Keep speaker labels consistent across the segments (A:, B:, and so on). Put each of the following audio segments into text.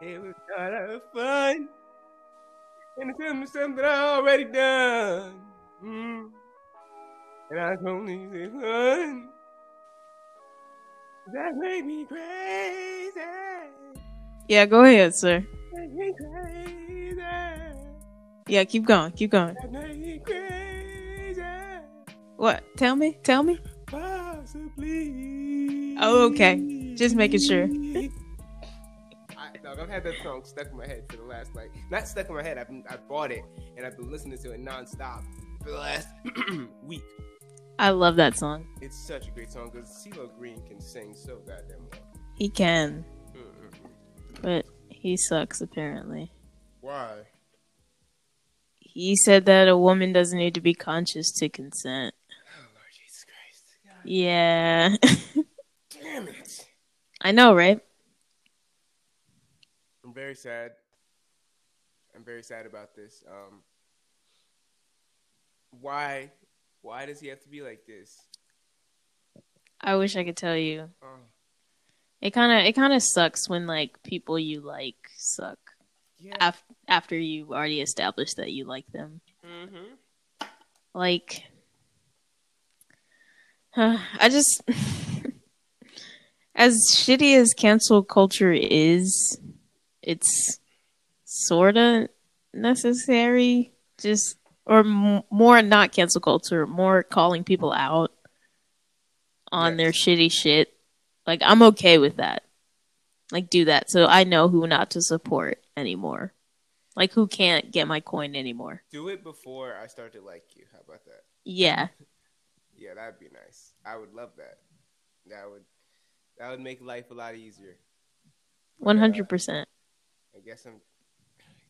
A: Hey, we're kind of fun. And it's something, something I already done. Mm. And I told you it's fun. That made me crazy.
B: Yeah, go ahead, sir.
A: That made me crazy. That
B: Yeah, keep going. Keep going.
A: made me crazy.
B: What? Tell me. Tell me.
A: Possibly.
B: Oh, okay. Just making sure.
A: I, dog, I've had that song stuck in my head for the last like not stuck in my head. I've been, I bought it and I've been listening to it nonstop for the last week.
B: I love that song.
A: It's such a great song because CeeLo Green can sing so goddamn well.
B: He can,
A: Mm-mm.
B: but he sucks apparently.
A: Why?
B: He said that a woman doesn't need to be conscious to consent.
A: Oh Lord Jesus Christ! God
B: Yeah.
A: damn it!
B: I know, right?
A: I'm very sad. I'm very sad about this. Um, why? Why does he have to be like this?
B: I wish I could tell you.
A: Oh.
B: It kind of it kind of sucks when like people you like suck
A: Yeah.
B: af- after you already established that you like them.
A: Mm-hmm.
B: Like I just as shitty as cancel culture is, it's sort of necessary just or m- more not cancel culture, more calling people out on their
A: Yes.
B: shitty shit. Like I'm okay with that. Like do that so I know who not to support anymore. Like who can't get my coin anymore.
A: Do it before I start to like you. How about that?
B: Yeah.
A: Yeah, that'd be nice. I would love that. That would that would make life a lot easier. But, uh,
B: 100%.
A: I guess I'm.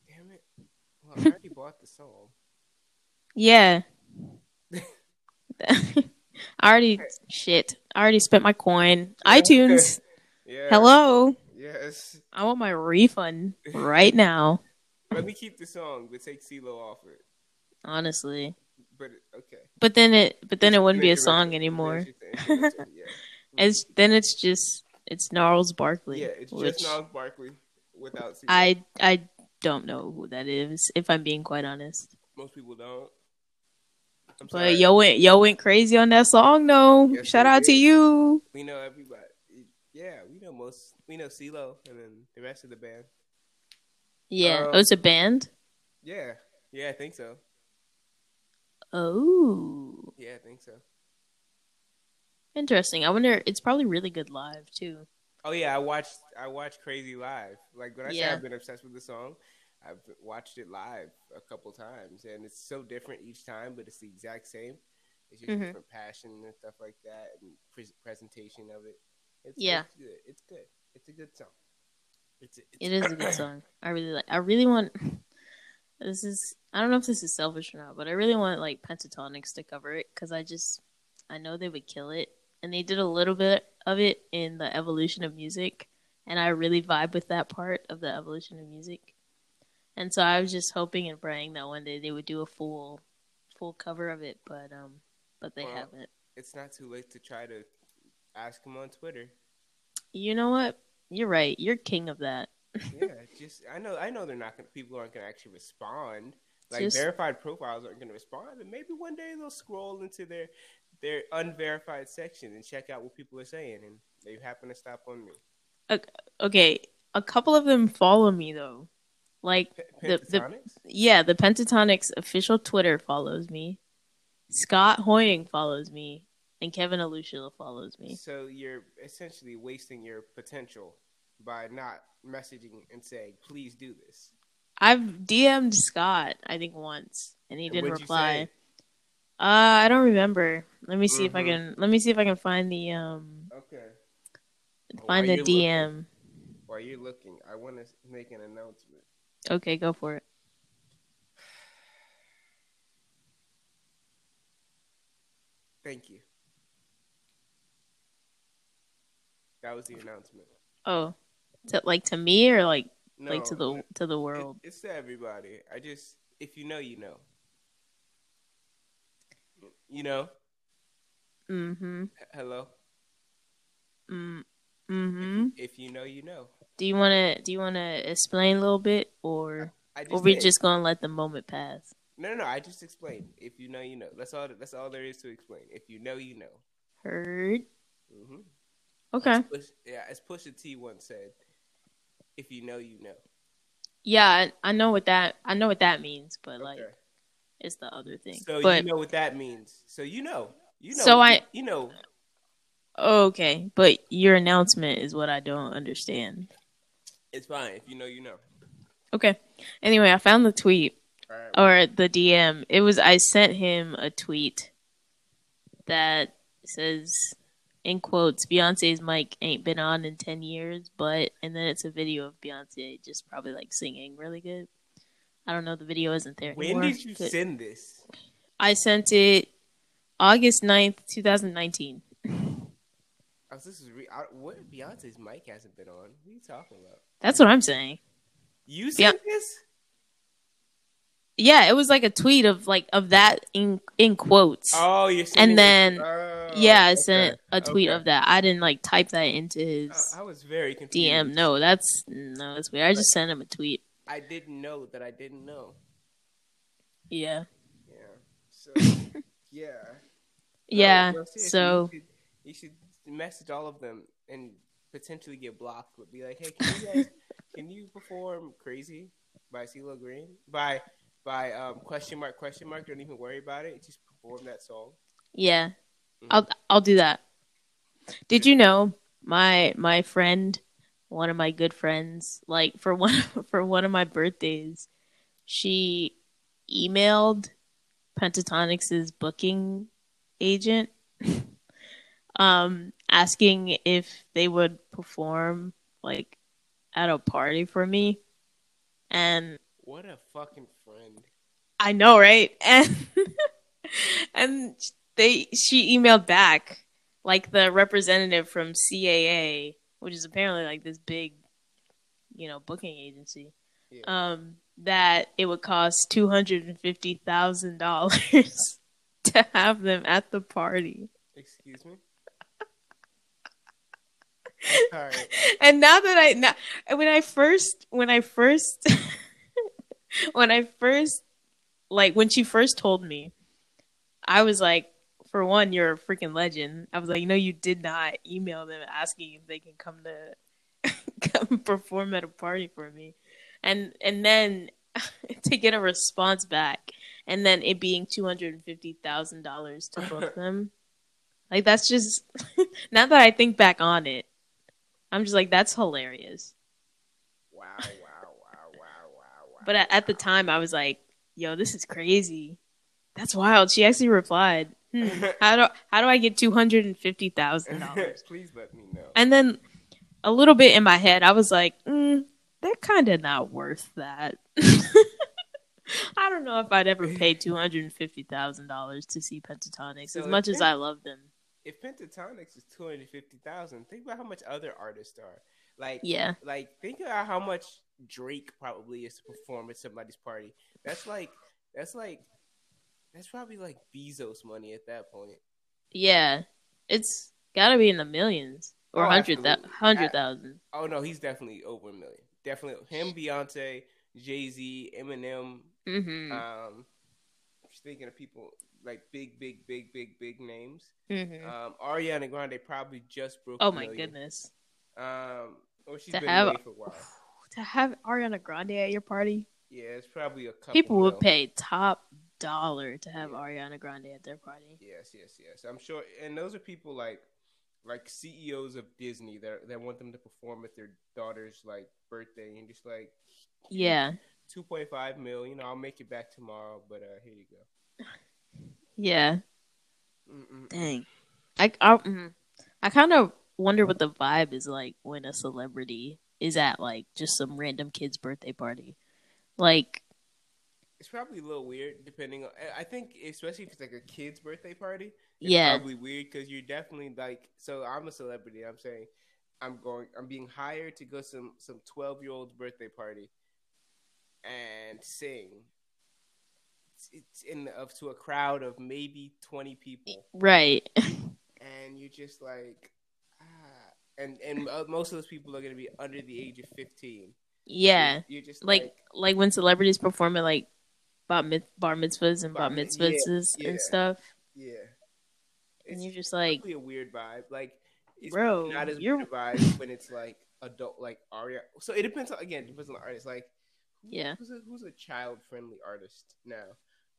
A: Damn it! Well, I already bought the song.
B: Yeah. I already shit. I already spent my coin. iTunes.
A: Yeah.
B: Hello.
A: Yes.
B: I want my refund right now.
A: Let me keep the song, but take CeeLo off it.
B: Honestly.
A: But it- okay.
B: But then it but then it wouldn't be a
A: Interrupted.
B: song
A: There's
B: anymore.
A: your thing. Interrupted, yeah.
B: It's then it's just it's Gnarls Barkley.
A: yeah, it's
B: which
A: just Nas Barkley without CeeLo.
B: I I don't know who that is, if I'm being quite honest.
A: Most people don't. I'm
B: But
A: sorry.
B: yo went yo went crazy on that song though.
A: Yes,
B: Shout
A: we
B: out to
A: did.
B: you.
A: We know everybody. Yeah, we know most. We know CeeLo and then the rest of the band.
B: Yeah.
A: Um,
B: oh, it's a band?
A: Yeah. Yeah, I think so.
B: Oh.
A: Yeah, I think so.
B: Interesting. I wonder. It's probably really good live too.
A: Oh yeah, I watched I watched Crazy live. Like when I say
B: Yeah.
A: I've been obsessed with the song, I've watched it live a couple times, and it's so different each time, but it's the exact same. It's just
B: Mhm.
A: different passion and stuff like that, and pres presentation of it. It's,
B: Yeah.
A: it's good. It's good. It's a good song. It's a, it's
B: It is a good song. I really like. I really want. This is. I don't know if this is selfish or not, but I really want like Pentatonics to cover it because I just. I know they would kill it, and they did a little bit of it in the evolution of music, and I really vibe with that part of the evolution of music. And so I was just hoping and praying that one day they would do a full, full cover of it, but um, but they
A: Well,
B: haven't.
A: It's not too late to try to ask him on Twitter.
B: You know what? You're right. You're king of that.
A: yeah, just I know I know they're not gonna people aren't gonna actually respond. Like
B: Just-
A: verified profiles aren't gonna respond, but maybe one day they'll scroll into their their unverified section and check out what people are saying, and they happen to stop on me.
B: okay a couple of them follow me though like
A: P-
B: The- the-
A: Pentatonics?
B: yeah the pentatonics official twitter follows me scott hoying follows me and kevin alushila follows me
A: So you're essentially wasting your potential by not messaging and saying, "Please do this."
B: i've dm'd scott i think once and he
A: And
B: didn't
A: what'd you
B: reply
A: say?
B: uh i don't remember let me see if i
A: Mhm.
B: can let me see if i can find the um
A: Okay. While
B: find the
A: you're looking-
B: dm
A: while you're looking, I want to make an announcement.
B: okay go for it
A: Thank you. That was the announcement.
B: oh to, like to me or like
A: No,
B: like to the to the
A: It-
B: world
A: it's to everybody. I just, if you know, you know. You know?
B: mm-hmm
A: H- Hello?
B: mm, Mm-hmm.
A: If you know, you know.
B: Do you wanna do you wanna explain a little bit, or
A: I just
B: or we
A: did.
B: just gonna let the moment pass?
A: no, no, no. I just explained. If you know, you know. That's all. That's all there is to explain. If you know, you know.
B: Heard.
A: hmm
B: Okay.
A: Push, yeah, as Pusha T once said, "If you know, you know."
B: Yeah, I, I know what that I know what that means, but like
A: Okay.
B: it's the other thing.
A: so
B: but
A: you know what that means. So you know, you know.
B: So I-
A: you know.
B: okay, but your announcement is what I don't understand.
A: It's fine. If you know, you know.
B: Okay. Anyway, I found the tweet.
A: All right.
B: or the DM. It was I sent him a tweet that says in quotes Beyonce's mic ain't been on in 10 years, but and then it's a video of Beyonce just probably like singing really good. I don't know the video isn't there
A: When
B: anymore.
A: did you
B: but
A: send this?
B: I sent it August 9th, 2019.
A: I was, Oh, this is re- I, what Beyonce's mic hasn't been on. What are you talking about?
B: That's what I'm saying.
A: You sent this?
B: Yeah, it was like a tweet of like of that in in quotes.
A: Oh, you're sending
B: And then-
A: this- oh,
B: yeah, I
A: okay.
B: sent a tweet
A: okay. Uh,
B: of that. I didn't like type that into his
A: I, I was very confused.
B: DM. No, that's no, that's weird. I just sent him a tweet.
A: I didn't know that I didn't know.
B: Yeah,
A: Yeah. So yeah.
B: yeah.
A: No, no, Oh, seriously,
B: so
A: you should, you should message all of them and potentially get blocked. But be like, hey, can you guys, can you perform "Crazy" by CeeLo Green? By by um, question mark question mark. Don't even worry about it. Just perform that song.
B: yeah,
A: Mhm.
B: I'll I'll do that. Did you know my my friend, one of my good friends, like for one for one of my birthdays, she emailed Pentatonics's booking agent, um, asking if they would perform like at a party for me, and
A: What a fucking friend.
B: I know, right? And and they she emailed back like the representative from CAA, which is apparently like this big, you know, booking agency.
A: Yeah.
B: Um, that it would cost two hundred and fifty thousand dollars to have them at the party.
A: Excuse me. All right.
B: And now that I now, when I first when I first when I first like when she first told me, I was like, for one, you're a freaking legend. I was like, no, you did not email them asking if they can come to come perform at a party for me, and and then to get a response back, and then it being two hundred and fifty thousand dollars to book them, like that's just now that I think back on it, I'm just like that's hilarious.
A: Wow, wow, wow, wow, wow, wow.
B: But at, at the time, I was like, "Yo, this is crazy. That's wild." She actually replied, hmm, "How do how do I get two hundred and fifty thousand dollars?"
A: Please let me know.
B: And then a little bit in my head, I was like, mm, "They're kind of not worth that." I don't know if I'd ever pay two hundred and fifty thousand dollars to see Pentatonics,
A: So
B: as much as
A: yeah.
B: I love them.
A: if Pentatonics is two hundred fifty thousand, think about how much other artists are. Like,
B: Yeah,
A: like think about how much Drake probably is to perform at somebody's party. That's like, that's like, that's probably like Bezos money at that point.
B: yeah, it's got to be in the millions or
A: Oh,
B: hundred
A: absolutely.
B: hundred thousand.
A: Oh no, he's definitely over a million. Definitely him, Beyonce, Jay Z, Eminem.
B: Mm-hmm.
A: Um, just thinking of people like big, big, big, big, big names.
B: mm-hmm.
A: Um, Ariana Grande probably just broke.
B: oh
A: a
B: my
A: million.
B: goodness.
A: Um, or she's
B: To
A: been
B: have-
A: away for a while.
B: to have Ariana Grande at your party,
A: Yeah, it's probably a couple.
B: people would
A: mil.
B: pay top dollar to have
A: Yeah.
B: Ariana Grande at their party.
A: Yes, yes, yes. I'm sure, and those are people like, like CEOs of Disney that that want them to perform at their daughter's like birthday, and just like,
B: Yeah,
A: two point five mil. You know, I'll make it back tomorrow, but uh, here you go.
B: yeah.
A: Mm-mm.
B: Dang, I I, mm, I kind of wonder what the vibe is like when a celebrity is at like just some random kid's birthday party. Like,
A: It's probably a little weird, depending on. I- I think, especially if it's like a kid's birthday party. It's
B: yeah,
A: probably weird because you're definitely like. So I'm a celebrity. I'm saying, I'm going. I'm being hired to go some some twelve year old's birthday party, and sing. It's- It's in of to a crowd of maybe twenty people,
B: right.
A: and you're just like, ah, and and uh, most of those people are going to be under the age of fifteen.
B: Yeah.
A: You're- you're just
B: Like
A: like
B: like when celebrities perform at like bar, mit- bar mitzvahs and
A: Bar
B: bat
A: mit- yeah,
B: mitzvahs
A: yeah.
B: and stuff,
A: yeah,
B: and
A: it's
B: you're just like,
A: really a weird vibe. Like, it's
B: bro,
A: not as
B: you're
A: weird a vibe when it's like adult, like Aria. So it depends on again, it depends on the artist. Like,
B: Yeah.
A: who's a, who's a child friendly artist now?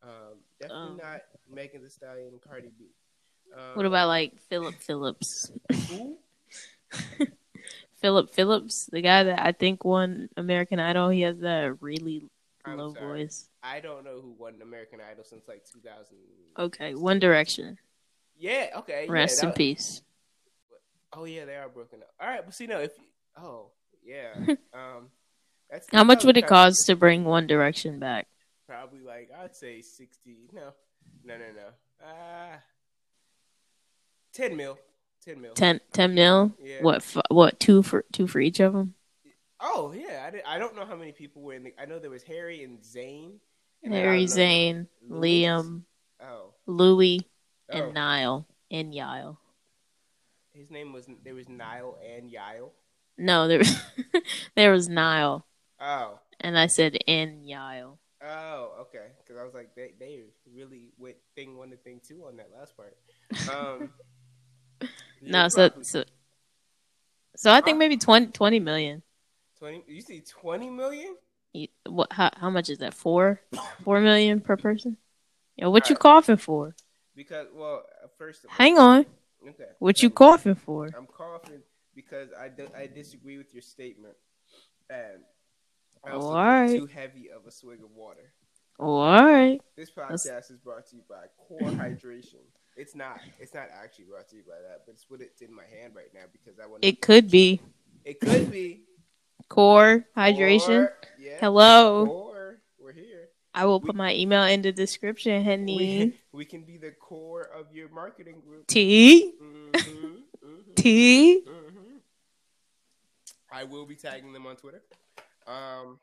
A: Um, definitely
B: Um.
A: not Megan Thee Stallion and Cardi B. Um,
B: what about like Philip Phillips?
A: who?
B: Philip Phillips, the guy that I think won American Idol, he has that really
A: I'm
B: low
A: sorry.
B: voice.
A: I don't know who won American Idol since like 2000.
B: Okay, One Direction.
A: Yeah. Okay. yeah,
B: Rest in
A: that-
B: peace.
A: Oh yeah, they are broken up. All right, but see, no, if oh yeah, um, that's
B: How much would it
A: probably-
B: cost to bring One Direction back?
A: Probably like I'd say sixty. No, no, no, no. Uh, ten mil. Ten mil.
B: 10, 10 mil?
A: Yeah.
B: What? F- what? Two for two for each of them?
A: Oh yeah, I, did, I don't know how many people were in. The, I know there was Harry and Zayn. and I
B: Harry,
A: don't know-
B: Zane,
A: Louis.
B: Liam,
A: Oh,
B: Louis,
A: Oh.
B: and Niall and Yile.
A: his name was there was Niall and Yale.
B: No, there there was Niall,
A: Oh,
B: and I said and Yile.
A: oh, okay. Because I was like, they they really went thing one to thing two on that last part. Um, yeah,
B: No, so
A: probably
B: so so I
A: Huh?
B: think maybe 20, 20 million.
A: twenty. You see, twenty million.
B: You- What? How, how much is that? Four, four million per person. Yo, what you
A: Alright.
B: coughing for?
A: Because well, first of all,
B: Hang on.
A: Okay.
B: What you
A: Um,
B: coughing for?
A: I'm coughing because I, d- I disagree with your statement, and I
B: Oh,
A: also
B: alright.
A: took too heavy of a swig of water.
B: Oh, all right.
A: This
B: That's-
A: podcast is brought to you by Core Hydration. It's not. It's not actually brought to you by that, but it's what it's in my hand right now because I want.
B: It could be
A: It could be
B: core hydration.
A: Core, yeah.
B: Hello.
A: Core. We're here.
B: I will put my email in the description, honey.
A: We, we can be the core of your marketing group.
B: T
A: Mhm, mhm.
B: T.
A: hmm I will be tagging them on Twitter. Um,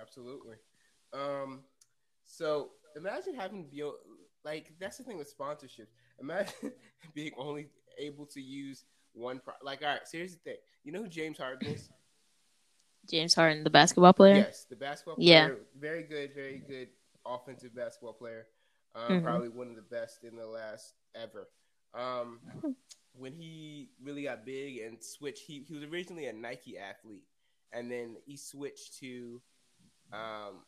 A: absolutely. Um, so imagine having be like that's the thing with sponsorships. Imagine being only able to use one pro. Like, all right, so here's the thing. You know who James Harden is?
B: James Harden, the basketball player.
A: Yes, the basketball
B: Yeah.
A: player. Very good, very good offensive basketball player. Um,
B: Mhm.
A: Probably one of the best in the last ever. Um, when he really got big and switched, he, he was originally a Nike athlete, and then he switched to um,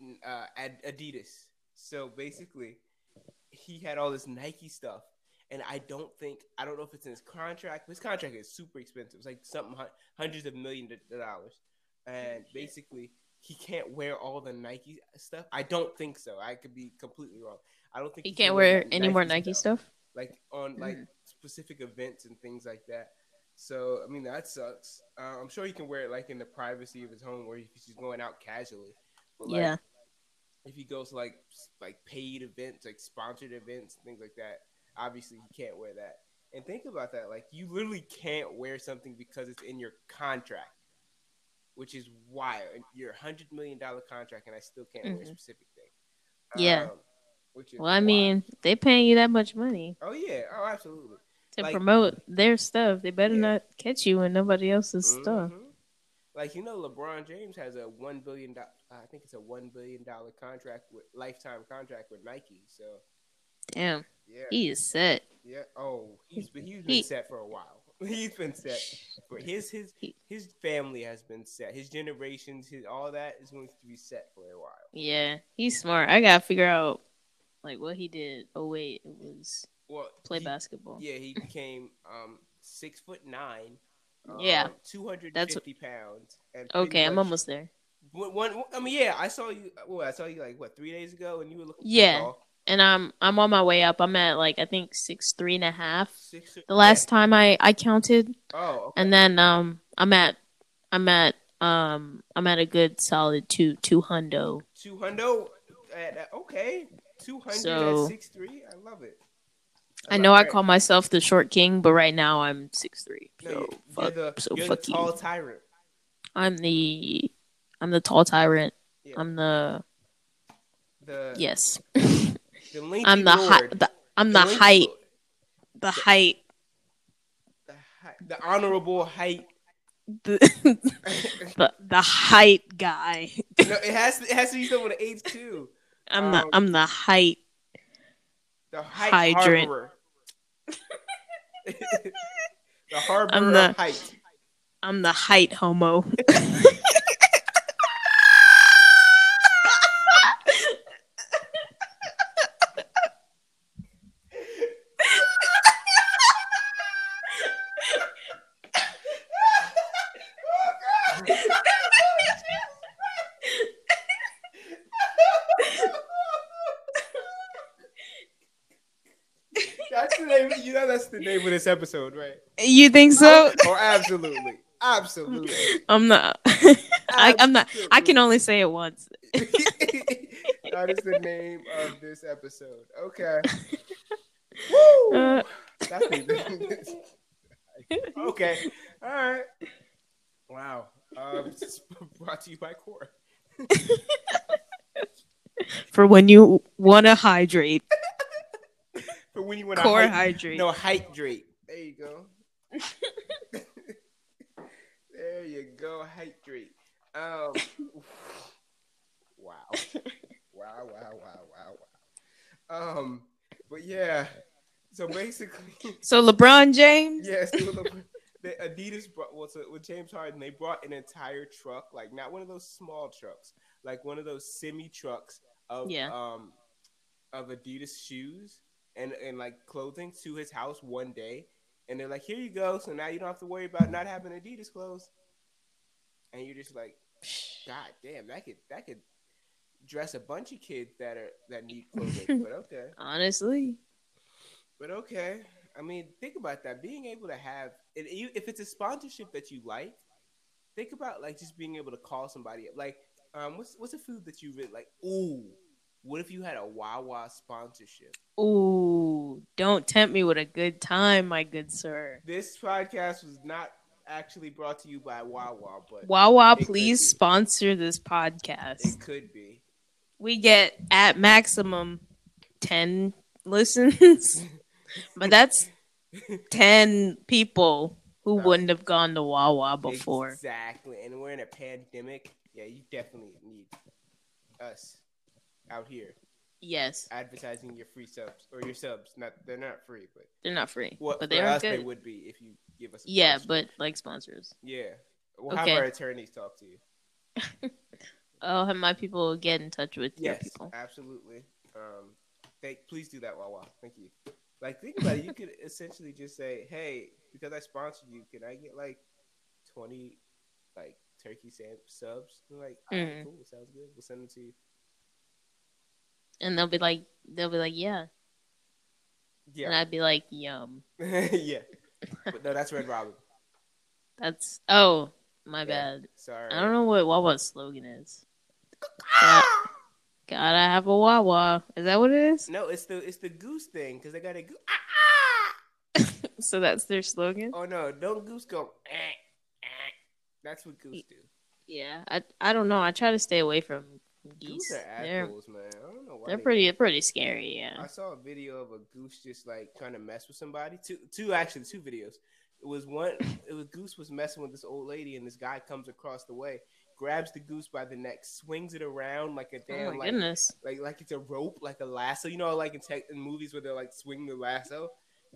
A: n- uh, Ad- Adidas. So basically, he had all this Nike stuff. And I don't think I don't know if it's in his contract. His contract is super expensive. It's like something hun- hundreds of millions of dollars and basically he can't wear all the Nike stuff. I don't think so. I could be completely wrong. I don't think
B: He
A: can
B: can't wear any more Nike stuff.
A: like on like
B: Mm.
A: specific events and things like that. So I mean that sucks. Uh, I'm sure he can wear it like in the privacy of his home, or if he's just going out casually. But, like,
B: Yeah.
A: If he goes to like s- like paid events, like sponsored events, things like that, obviously he can't wear that. And think about that. Like you literally can't wear something because it's in your contract, which is wild. And Your hundred million dollar contract, and I still can't wear a
B: Mhm.
A: specific thing.
B: Yeah.
A: Um, which is
B: Well, I
A: wild.
B: mean, they paying you that much money
A: Oh yeah. Oh, absolutely.
B: to
A: Like-
B: promote their stuff. They better
A: Yeah.
B: not catch you in nobody else's stuff.
A: Mhm. Like you know, LeBron James has a one billion dollar. I think it's a one billion dollar contract with lifetime contract with Nike. So
B: Damn,
A: yeah,
B: he is set.
A: yeah. Oh, he's been, he's been
B: He-
A: set for a while. he's been set. For his his
B: He-
A: his family has been set. His generations, his all that is going to be set for a while.
B: Yeah, he's smart. I gotta figure out like what he did. Oh wait, it was
A: Well,
B: play
A: he-
B: basketball.
A: Yeah, he became um six foot nine. um,
B: Yeah.
A: two hundred and fifty pounds. and pretty
B: Okay, I'm
A: much-
B: almost there.
A: One, one, I mean, yeah, I saw you. Well, I saw you like what three days ago, and you were looking.
B: Yeah.
A: tall.
B: And I'm I'm on my way up. I'm at like I think six three and a half.
A: Six.
B: The last time I I counted,
A: Oh, okay.
B: and then um I'm at I'm at um I'm at a good solid two two hundo.
A: two hundo. At, at- okay, two hundred
B: So-
A: at six three. I love it.
B: I know I
A: love-
B: call myself the short king, but right now I'm six three.
A: No,
B: So
A: you-
B: fuck,
A: you're the,
B: so
A: you're
B: fuck
A: the
B: you.
A: tall tyrant.
B: I'm the I'm the tall tyrant.
A: Yeah.
B: I'm the
A: The
B: yes.
A: The lengthy
B: I'm the, hi-
A: lord.
B: the I'm the
A: lengthy
B: height
A: lord.
B: the height
A: the honorable height.
B: the,
A: no,
B: the, the height guy.
A: it has to, it has to be someone with an H too.
B: I'm the
A: Um,
B: I'm the height.
A: The height
B: Hydrant.
A: harborer. the harborer
B: I'm the-
A: of height.
B: I'm the height homo.
A: That's the name. You know that's the name of this episode, right?
B: You think so?
A: Oh, absolutely, absolutely.
B: I'm not. I, I'm not. I can only say it once.
A: Absolutely. that is the name of this episode. Okay. Woo!
B: Uh.
A: That's the- okay. All right. Wow. Um, this is brought to you by Core.
B: For when you want to hydrate,
A: But when you want
B: core
A: to
B: hydrate.
A: no hydrate. There you go. there you go. Hydrate. Um. Wow. Wow. Wow. Wow. Wow. Wow. Um. But yeah. So basically.
B: So LeBron James.
A: Yes, it was a- the Adidas brought well, so with James Harden. They brought an entire truck, like not one of those small trucks, like one of those semi trucks of
B: Yeah.
A: um of Adidas shoes and and like clothing to his house one day, and they're like, "Here you go." So now you don't have to worry about not having Adidas clothes, and you're just like, "God damn, that could that could dress a bunch of kids that are that need clothing." but okay.
B: Honestly,
A: But okay, I mean, think about that. Being able to have, and you, if it's a sponsorship that you like, think about like just being able to call somebody up. Like, um, what's what's a food that you really like? Ooh, what if you had a Wawa sponsorship?
B: ooh, don't tempt me with a good time, my good sir.
A: This podcast was not actually brought to you by Wawa, but
B: Wawa,
A: It could be.
B: please sponsor this podcast.
A: it could be.
B: We get at maximum ten listens, but that's ten people who
A: Nah.
B: wouldn't have gone to Wawa before.
A: exactly, and we're in a pandemic. Yeah, you definitely need us out here
B: Yes,
A: advertising your free subs or your subs. Not they're not free, but
B: they're not free,
A: Well,
B: but they
A: for
B: are
A: us, they
B: good.
A: would be if you give us. A
B: Yeah,
A: price.
B: but like sponsors.
A: yeah, we'll
B: Okay.
A: have our attorneys talk to you.
B: Oh, and my people will get in touch with your
A: Yes,
B: people.
A: absolutely. Um, thank, please do that, Wawa. Thank you. Like, think about it. You could essentially just say, "Hey, because I sponsored you, can I get like twenty, like turkey sam- subs?" And like, "All right,
B: Mm.
A: cool, sounds good. We'll send them to you.
B: And they'll be like, they'll be like, yeah. And
A: Yeah,
B: I'd be like, yum.
A: yeah. But no, that's Red Robin.
B: That's oh my
A: Yeah.
B: bad.
A: Sorry.
B: I don't know what Wawa's slogan is.
A: Ah!
B: Got- Gotta have a Wawa. Is that what it is?
A: No, it's the it's the goose thing because I got a Ah, goose.
B: So that's their slogan.
A: Oh no, don't goose go. "Eh, eh." That's what
B: E-
A: goose do.
B: Yeah, I I don't know. I try to stay away from
A: Goose
B: geese.
A: are
B: They're
A: assholes, man. I don't know why.
B: they're
A: they-
B: pretty pretty scary. Yeah. Oh
A: I saw a video of a goose just like trying to mess with somebody. Two, two actually, two videos. It was one. It was goose was messing with this old lady, and this guy comes across the way, grabs the goose by the neck, swings it around like a damn
B: Oh my
A: like,
B: goodness.
A: like like it's a rope, like a lasso. You know, like in tech in movies where they like swing the lasso,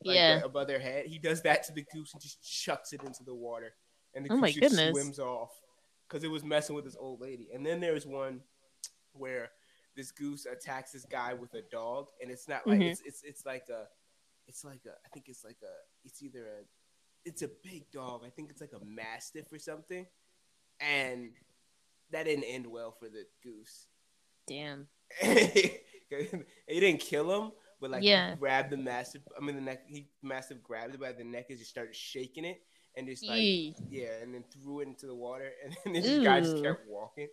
A: like
B: Yeah.
A: right above their head. He does that to the goose and just chucks it into the water, and the
B: Oh my
A: goose just
B: goodness.
A: swims off because it was messing with this old lady. And then there's one where this goose attacks this guy with a dog, and it's not like
B: Mhm.
A: it's, it's it's like a it's like a I think it's like a it's either a it's a big dog. I think it's like a mastiff or something, and that didn't end well for the goose.
B: Damn.
A: it didn't kill him, but like
B: Yeah.
A: he grabbed the massive. I mean, the neck. He massive grabbed it by the neck and just started shaking it, and just like
B: Yee.
A: yeah, and then threw it into the water, and then this guy just
B: Ew.
A: kept walking.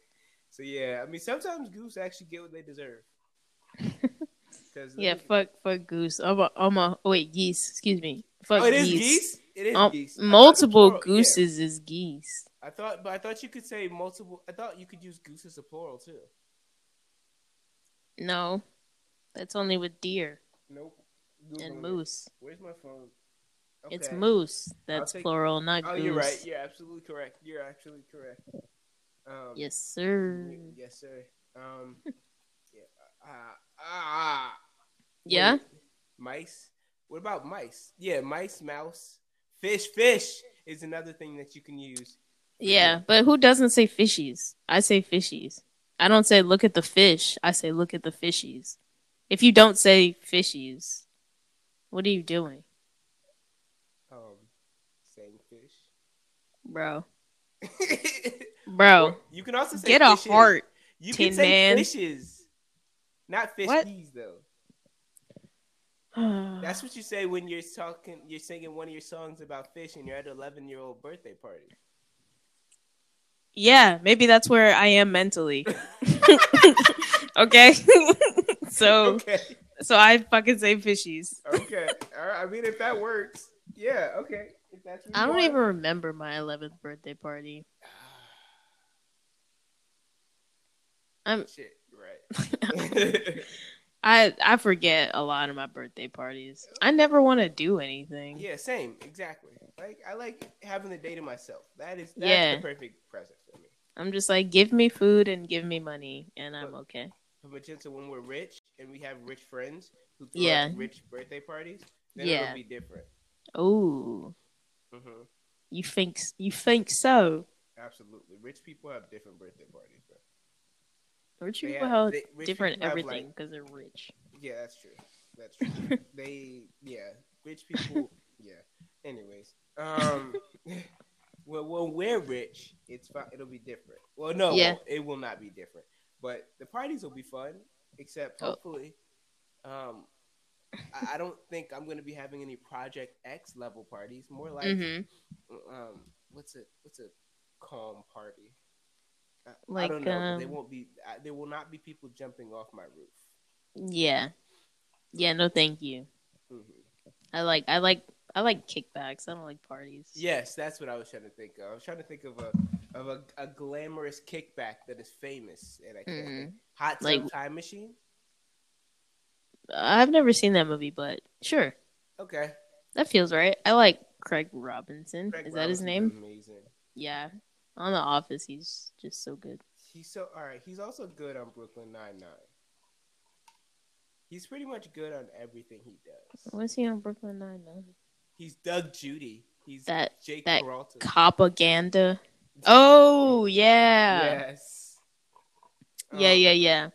A: So yeah, I mean, sometimes goose actually get what they deserve. Cause
B: Yeah. Fuck. Fuck goose. I'm a. I'm a. Wait. Geese. Excuse me. Fuck
A: oh, it is
B: geese.
A: geese. It is
B: Um,
A: geese. I thought it was
B: multiple
A: plural. Yeah.
B: gooses is geese.
A: I thought, but I thought you could say multiple. I thought you could use goose as a plural too.
B: No, that's only with deer
A: Nope.
B: and
A: Googling it.
B: moose.
A: Where's my phone?
B: It's
A: Okay.
B: moose. That's
A: take-
B: plural, not
A: Oh,
B: goose.
A: you're right. You're absolutely correct. You're actually correct. Um,
B: Yes, sir.
A: y- Yes, sir. Um, yeah. Uh, ah.
B: Yeah.
A: Wait. Mice. What about mice? Yeah, mice, mouse, fish, fish is another thing that you can use.
B: Yeah, but who doesn't say fishies? I say fishies. I don't say look at the fish. I say look at the fishies. If you don't say fishies, what are you doing,
A: Um, saying fish.
B: bro? Bro,
A: Or you can also say
B: get a
A: fishes.
B: heart.
A: You
B: Tin
A: can say
B: Man.
A: fishes, not
B: What?
A: fishies though. That's what you say when you're talking. You're singing one of your songs about fish, and you're at an 11 year old birthday party.
B: yeah, maybe that's where I am mentally. okay, so
A: Okay.
B: so I fucking say fishies.
A: Okay. All right. I mean, if that works, yeah. Okay. If that's what
B: I
A: you
B: don't
A: want. Ah.
B: even remember my 11th birthday party. I'm-
A: Shit. Right.
B: I I forget a lot of my birthday parties. I never want to do anything.
A: yeah. Same. Exactly. Like I like having the day to myself. That is. That's
B: Yeah.
A: The perfect present for me.
B: I'm just like, give me food and give me money, and I'm
A: Look,
B: okay.
A: But Magenta, when we're rich and we have rich friends who throw
B: Yeah.
A: us rich birthday parties, then
B: Yeah.
A: it'll be different.
B: Oh,
A: hmm
B: you think you think so?
A: Absolutely. Rich people have different birthday parties, bro.
B: Rich
A: They
B: people
A: have-
B: have
A: they- rich
B: different
A: people have,
B: everything
A: like-
B: because they're rich.
A: Yeah, that's true. That's true. they, yeah, rich people. Yeah. Anyways, um, well, when we're rich, it's fine. It'll be different. Well, no,
B: Yeah.
A: it will not be different. But the parties will be fun, except
B: Oh.
A: hopefully, um, I, I don't think I'm gonna be having any Project X level parties. More like,
B: hmm
A: um, what's a what's a calm party? I, I
B: Like,
A: don't know. but they
B: um,
A: won't be. I, there will not be people jumping off my roof.
B: Yeah, yeah. No, thank you.
A: hmm
B: I like I like I like kickbacks. I don't like parties.
A: Yes, that's what I was trying to think of. I was trying to think of a of a, a glamorous kickback that is famous, and I can't.
B: Mhm.
A: Hot Tub
B: Like-
A: Time Machine.
B: I've never seen that movie, but sure,
A: Okay,
B: that feels right. I like Craig Robinson.
A: Craig
B: Is that his
A: Robinson's
B: name?
A: Amazing.
B: Yeah. On The Office, he's just so good.
A: He's so all right. He's also good on Brooklyn Nine Nine. He's pretty much good on everything he does.
B: Was he on Brooklyn Nine Nine?
A: He's Doug Judy. He's
B: That-
A: Jake
B: that
A: Peralta.
B: Copaganda. Oh yeah.
A: Yes. Um,
B: yeah, yeah, yeah.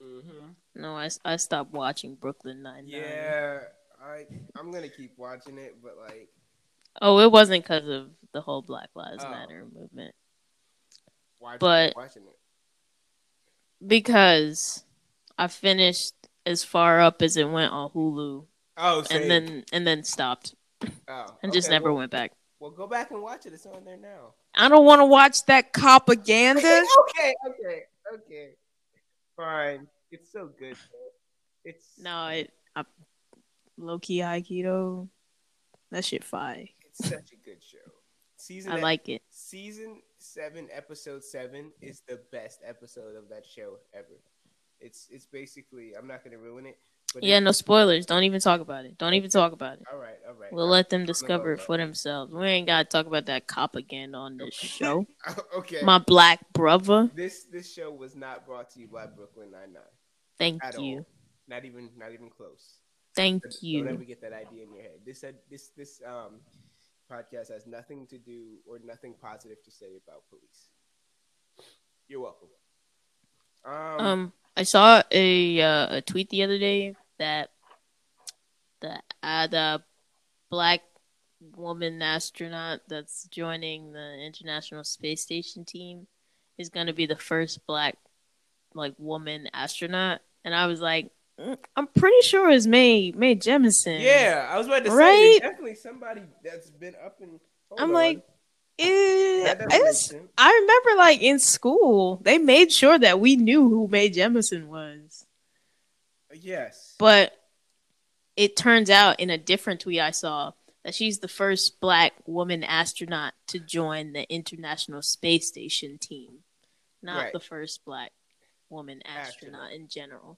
A: hmm
B: No, I, I stopped watching Brooklyn Nine Nine.
A: Yeah,
B: um,
A: I I'm gonna keep watching it, but like,
B: Oh, it wasn't because of the whole Black Lives
A: Oh.
B: Matter movement.
A: why do you
B: But-
A: keep watching it?
B: Because I finished as far up as it went on Hulu,
A: Oh, same.
B: and then and then stopped
A: Oh,
B: and just
A: okay,
B: never
A: well-
B: went back.
A: Well, go back and watch it. It's on there now.
B: I don't want to watch that propaganda.
A: okay, okay, okay. Fine. It's so good. though. It's
B: no, it I, low key Aikido. That shit fire.
A: It's such a good show. Season e-
B: I like it.
A: season seven, episode seven is the best episode of that show ever. It's it's basically I'm not gonna ruin it. But
B: Yeah,
A: it-
B: no spoilers. Don't even talk about it. Don't even talk about it.
A: all right, all right.
B: We'll
A: all
B: let them
A: right.
B: discover it for themselves. We ain't gotta talk about that cop again on this show.
A: okay.
B: My black brother.
A: this this show was not brought to you by Brooklyn Nine Nine.
B: Thank
A: At
B: you.
A: all. Not even not even close.
B: Thank
A: Don't- Don't ever
B: you.
A: get that idea in your head. This uh, this this um podcast has nothing to do or nothing positive to say about police. You're welcome. Um,
B: Um, I saw a uh, a tweet the other day that the uh, the black woman astronaut that's joining the International Space Station team is gonna be the first black like woman astronaut, and I was like, "Mm, I'm pretty sure it's Mae Mae Jemison.
A: yeah, I was about to
B: Right?
A: say there's definitely somebody that's been up and hold
B: I'm
A: on.
B: like, Eh,
A: That
B: it
A: doesn't make
B: was,
A: sense.
B: I remember like in school, they made sure that we knew who Mae Jemison was.
A: yes,
B: But it turns out in a different tweet I saw that she's the first black woman astronaut to join the International Space Station team, not
A: Right.
B: the first black woman astronaut,
A: Astronaut.
B: in general.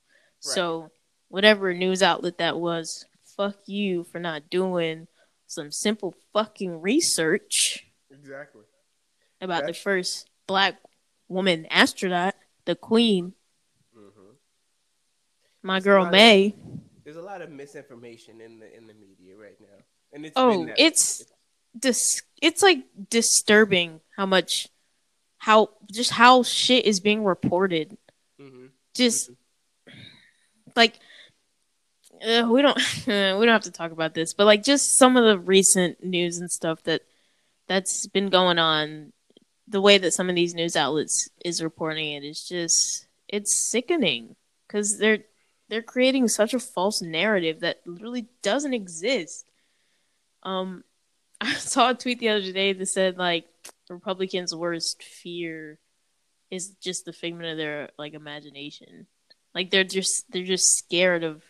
A: Right.
B: So, whatever news outlet that was, fuck you for not doing some simple fucking research
A: Exactly.
B: about the
A: That's-
B: first black woman astronaut, the queen,
A: hmm
B: my
A: It's
B: girl
A: not-
B: May.
A: There's a lot of misinformation in the in the media right now, and it's been
B: Oh,
A: that-
B: it's dis- it's like disturbing how much how just how shit is being reported.
A: Mhm.
B: Just like uh, we don't we don't have to talk about this, but like just some of the recent news and stuff that that's been going on, the way that some of these news outlets is reporting it is just it's sickening because they're they're creating such a false narrative that literally doesn't exist. Um, I saw a tweet the other day that said like Republicans' worst fear is just the figment of their like imagination. Like they're just they're just scared of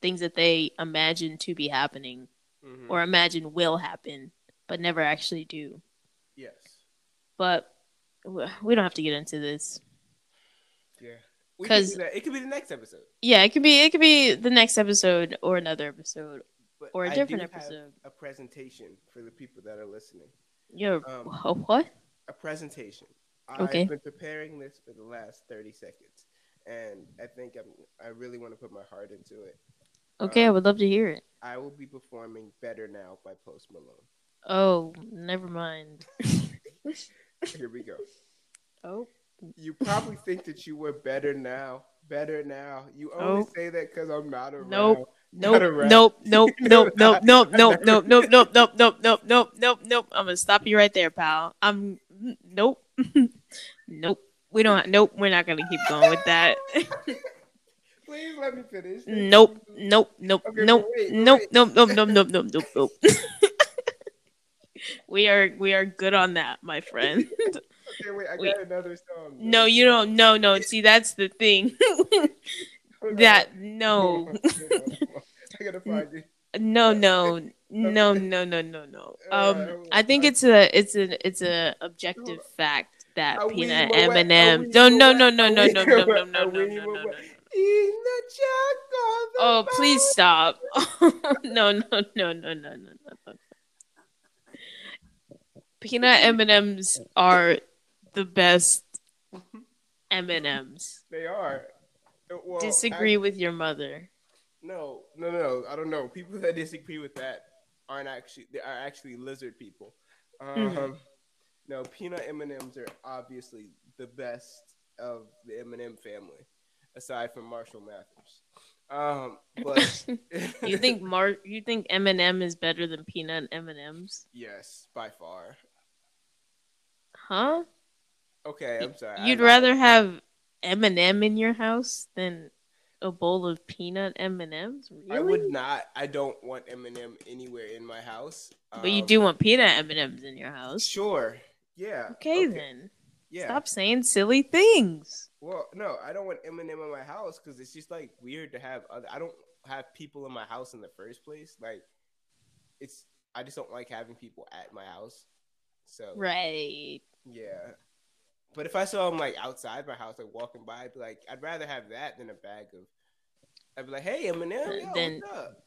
B: things that they imagine to be happening
A: Mhm.
B: or imagine will happen, but never actually do.
A: yes,
B: But w- we don't have to get into this.
A: yeah. We could
B: 'Cause-
A: do that. it could be the next episode,
B: Yeah, it could be it could be the next episode or another episode
A: but
B: or a
A: I
B: different
A: do have
B: episode.
A: a presentation for the people that are listening.
B: Yeah,
A: Um,
B: wh- what?
A: a presentation.
B: Okay.
A: I've been preparing this for the last 30 seconds, and I think I'm, I really want to put my heart into it.
B: Okay, I
A: um,
B: would love to hear it.
A: I will be performing Better Now by Post Malone.
B: Oh, never mind.
A: Here we go.
B: Oh,
A: You probably think that you were better now. Better now. You only
B: Nope.
A: say that because I'm not around.
B: Nope.
A: Not
B: nope,
A: a rap.
B: nope, nope, nope, nope,
A: Not-
B: nope, nope,
A: not a
B: nope, nope, nope, nope, nope, nope, nope, nope, nope. I'm gonna stop you right there, pal. I'm nope, nope. We don't. Nope. We're not gonna keep going with that.
A: Please let me finish.
B: Nope. Nope. Nope.
A: Okay, but
B: Nope.
A: wait, but
B: Nope.
A: wait.
B: Nope. Nope. Nope. Nope. Nope. Nope. Nope. We are we are good on that, my friend.
A: Okay, wait, I got
B: Wait.
A: another song.
B: No, you don't. No, no. See, that's the thing. That no,
A: I gotta find it.
B: no, no, no, no, no, no, no. Um, I think
A: Uh,
B: it's a it's a it's a objective fact that
A: Are we
B: peanut
A: Moet?
B: M and M.
A: Are we
B: No, no,
A: Moet?
B: no, no,
A: Are
B: no,
A: we
B: no, no, no,
A: Moet?
B: no,
A: Are
B: no,
A: we
B: no, no, no.
A: Moet? In the chocolate
B: Oh,
A: bar.
B: please stop. no, no, no, no, no, no, no, no. Peanut M&Ms are the best M&Ms.
A: They are. Uh, Well,
B: Disagree with your mother.
A: I- no, no, no. I don't know. People that disagree with that aren't actually they are actually lizard people. Um,
B: Mhm.
A: No, peanut M and M's are obviously the best of the M and M family, aside from Marshall Mathers. Um, but
B: You think Mar- you think M&M is better than peanut M&Ms?
A: yes, by far.
B: Huh?
A: Okay, I'm sorry. I
B: You'd
A: lied.
B: rather have M&M in your house than a bowl of peanut M&Ms? Really?
A: I would not. I don't want M and M anywhere in my house.
B: But you
A: Um,
B: do want peanut M&Ms in your house.
A: Sure. Yeah.
B: Okay, then.
A: Yeah.
B: Stop saying silly things.
A: Well, no, I don't want Eminem in my house because it's just like weird to have other. I don't have people in my house in the first place. Like, it's I just don't like having people at my house. So
B: Right.
A: yeah. But if I saw him like outside my house, like walking by, I'd be like, I'd rather have that than a bag of. I'd be like, hey, Eminem, yo,
B: Then-
A: what's up?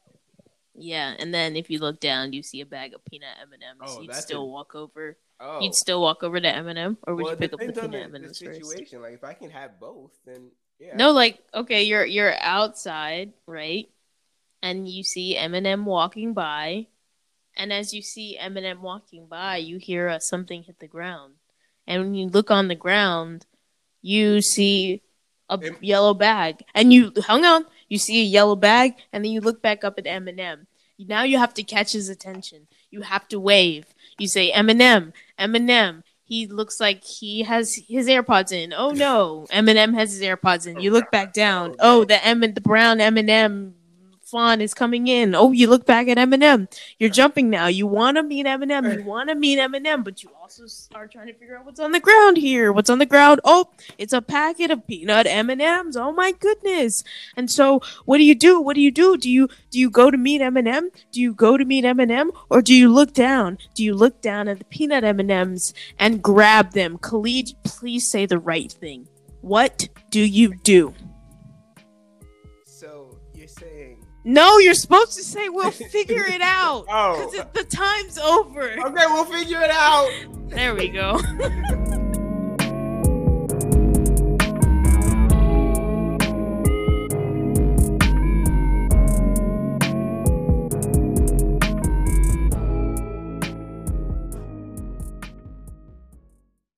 B: Yeah, and then if you look down, you see a bag of peanut M and M's.
A: Oh,
B: You'd
A: that's
B: still
A: a-
B: walk over.
A: Oh,
B: You'd still walk over to M and M, or would
A: well,
B: you pick up the
A: depends on
B: peanut M and M's first?
A: situation. Like, if I can have both, then yeah.
B: No, like okay, you're you're outside, right? And you see M and M walking by, and as you see M and M walking by, you hear uh, something hit the ground, and when you look on the ground, you see a
A: Em-
B: yellow bag, and you hung on. You see a yellow bag, and then you look back up at M and M. Now you have to catch his attention. You have to wave. You say Eminem, Eminem. He looks like he has his AirPods in. Oh no, Eminem has his AirPods in. You look back down. Oh, the M and the brown Eminem font is coming in. Oh, you look back at Eminem. You're jumping now. You want to meet Eminem. You want to meet Eminem, but you also are trying to figure out what's on the ground here. What's on the ground? Oh, it's a packet of peanut M&Ms. Oh my goodness. And so, what do you do? What do you do? Do you do you go to meet Eminem? Do you go to meet Eminem or do you look down? Do you look down at the peanut M&Ms and grab them? Khalid, please say the right thing. What do you do?
A: So you're saying
C: No, you're supposed to say we'll figure it out.
A: Oh.
C: Because the time's over.
A: Okay, we'll figure it out.
B: There we go.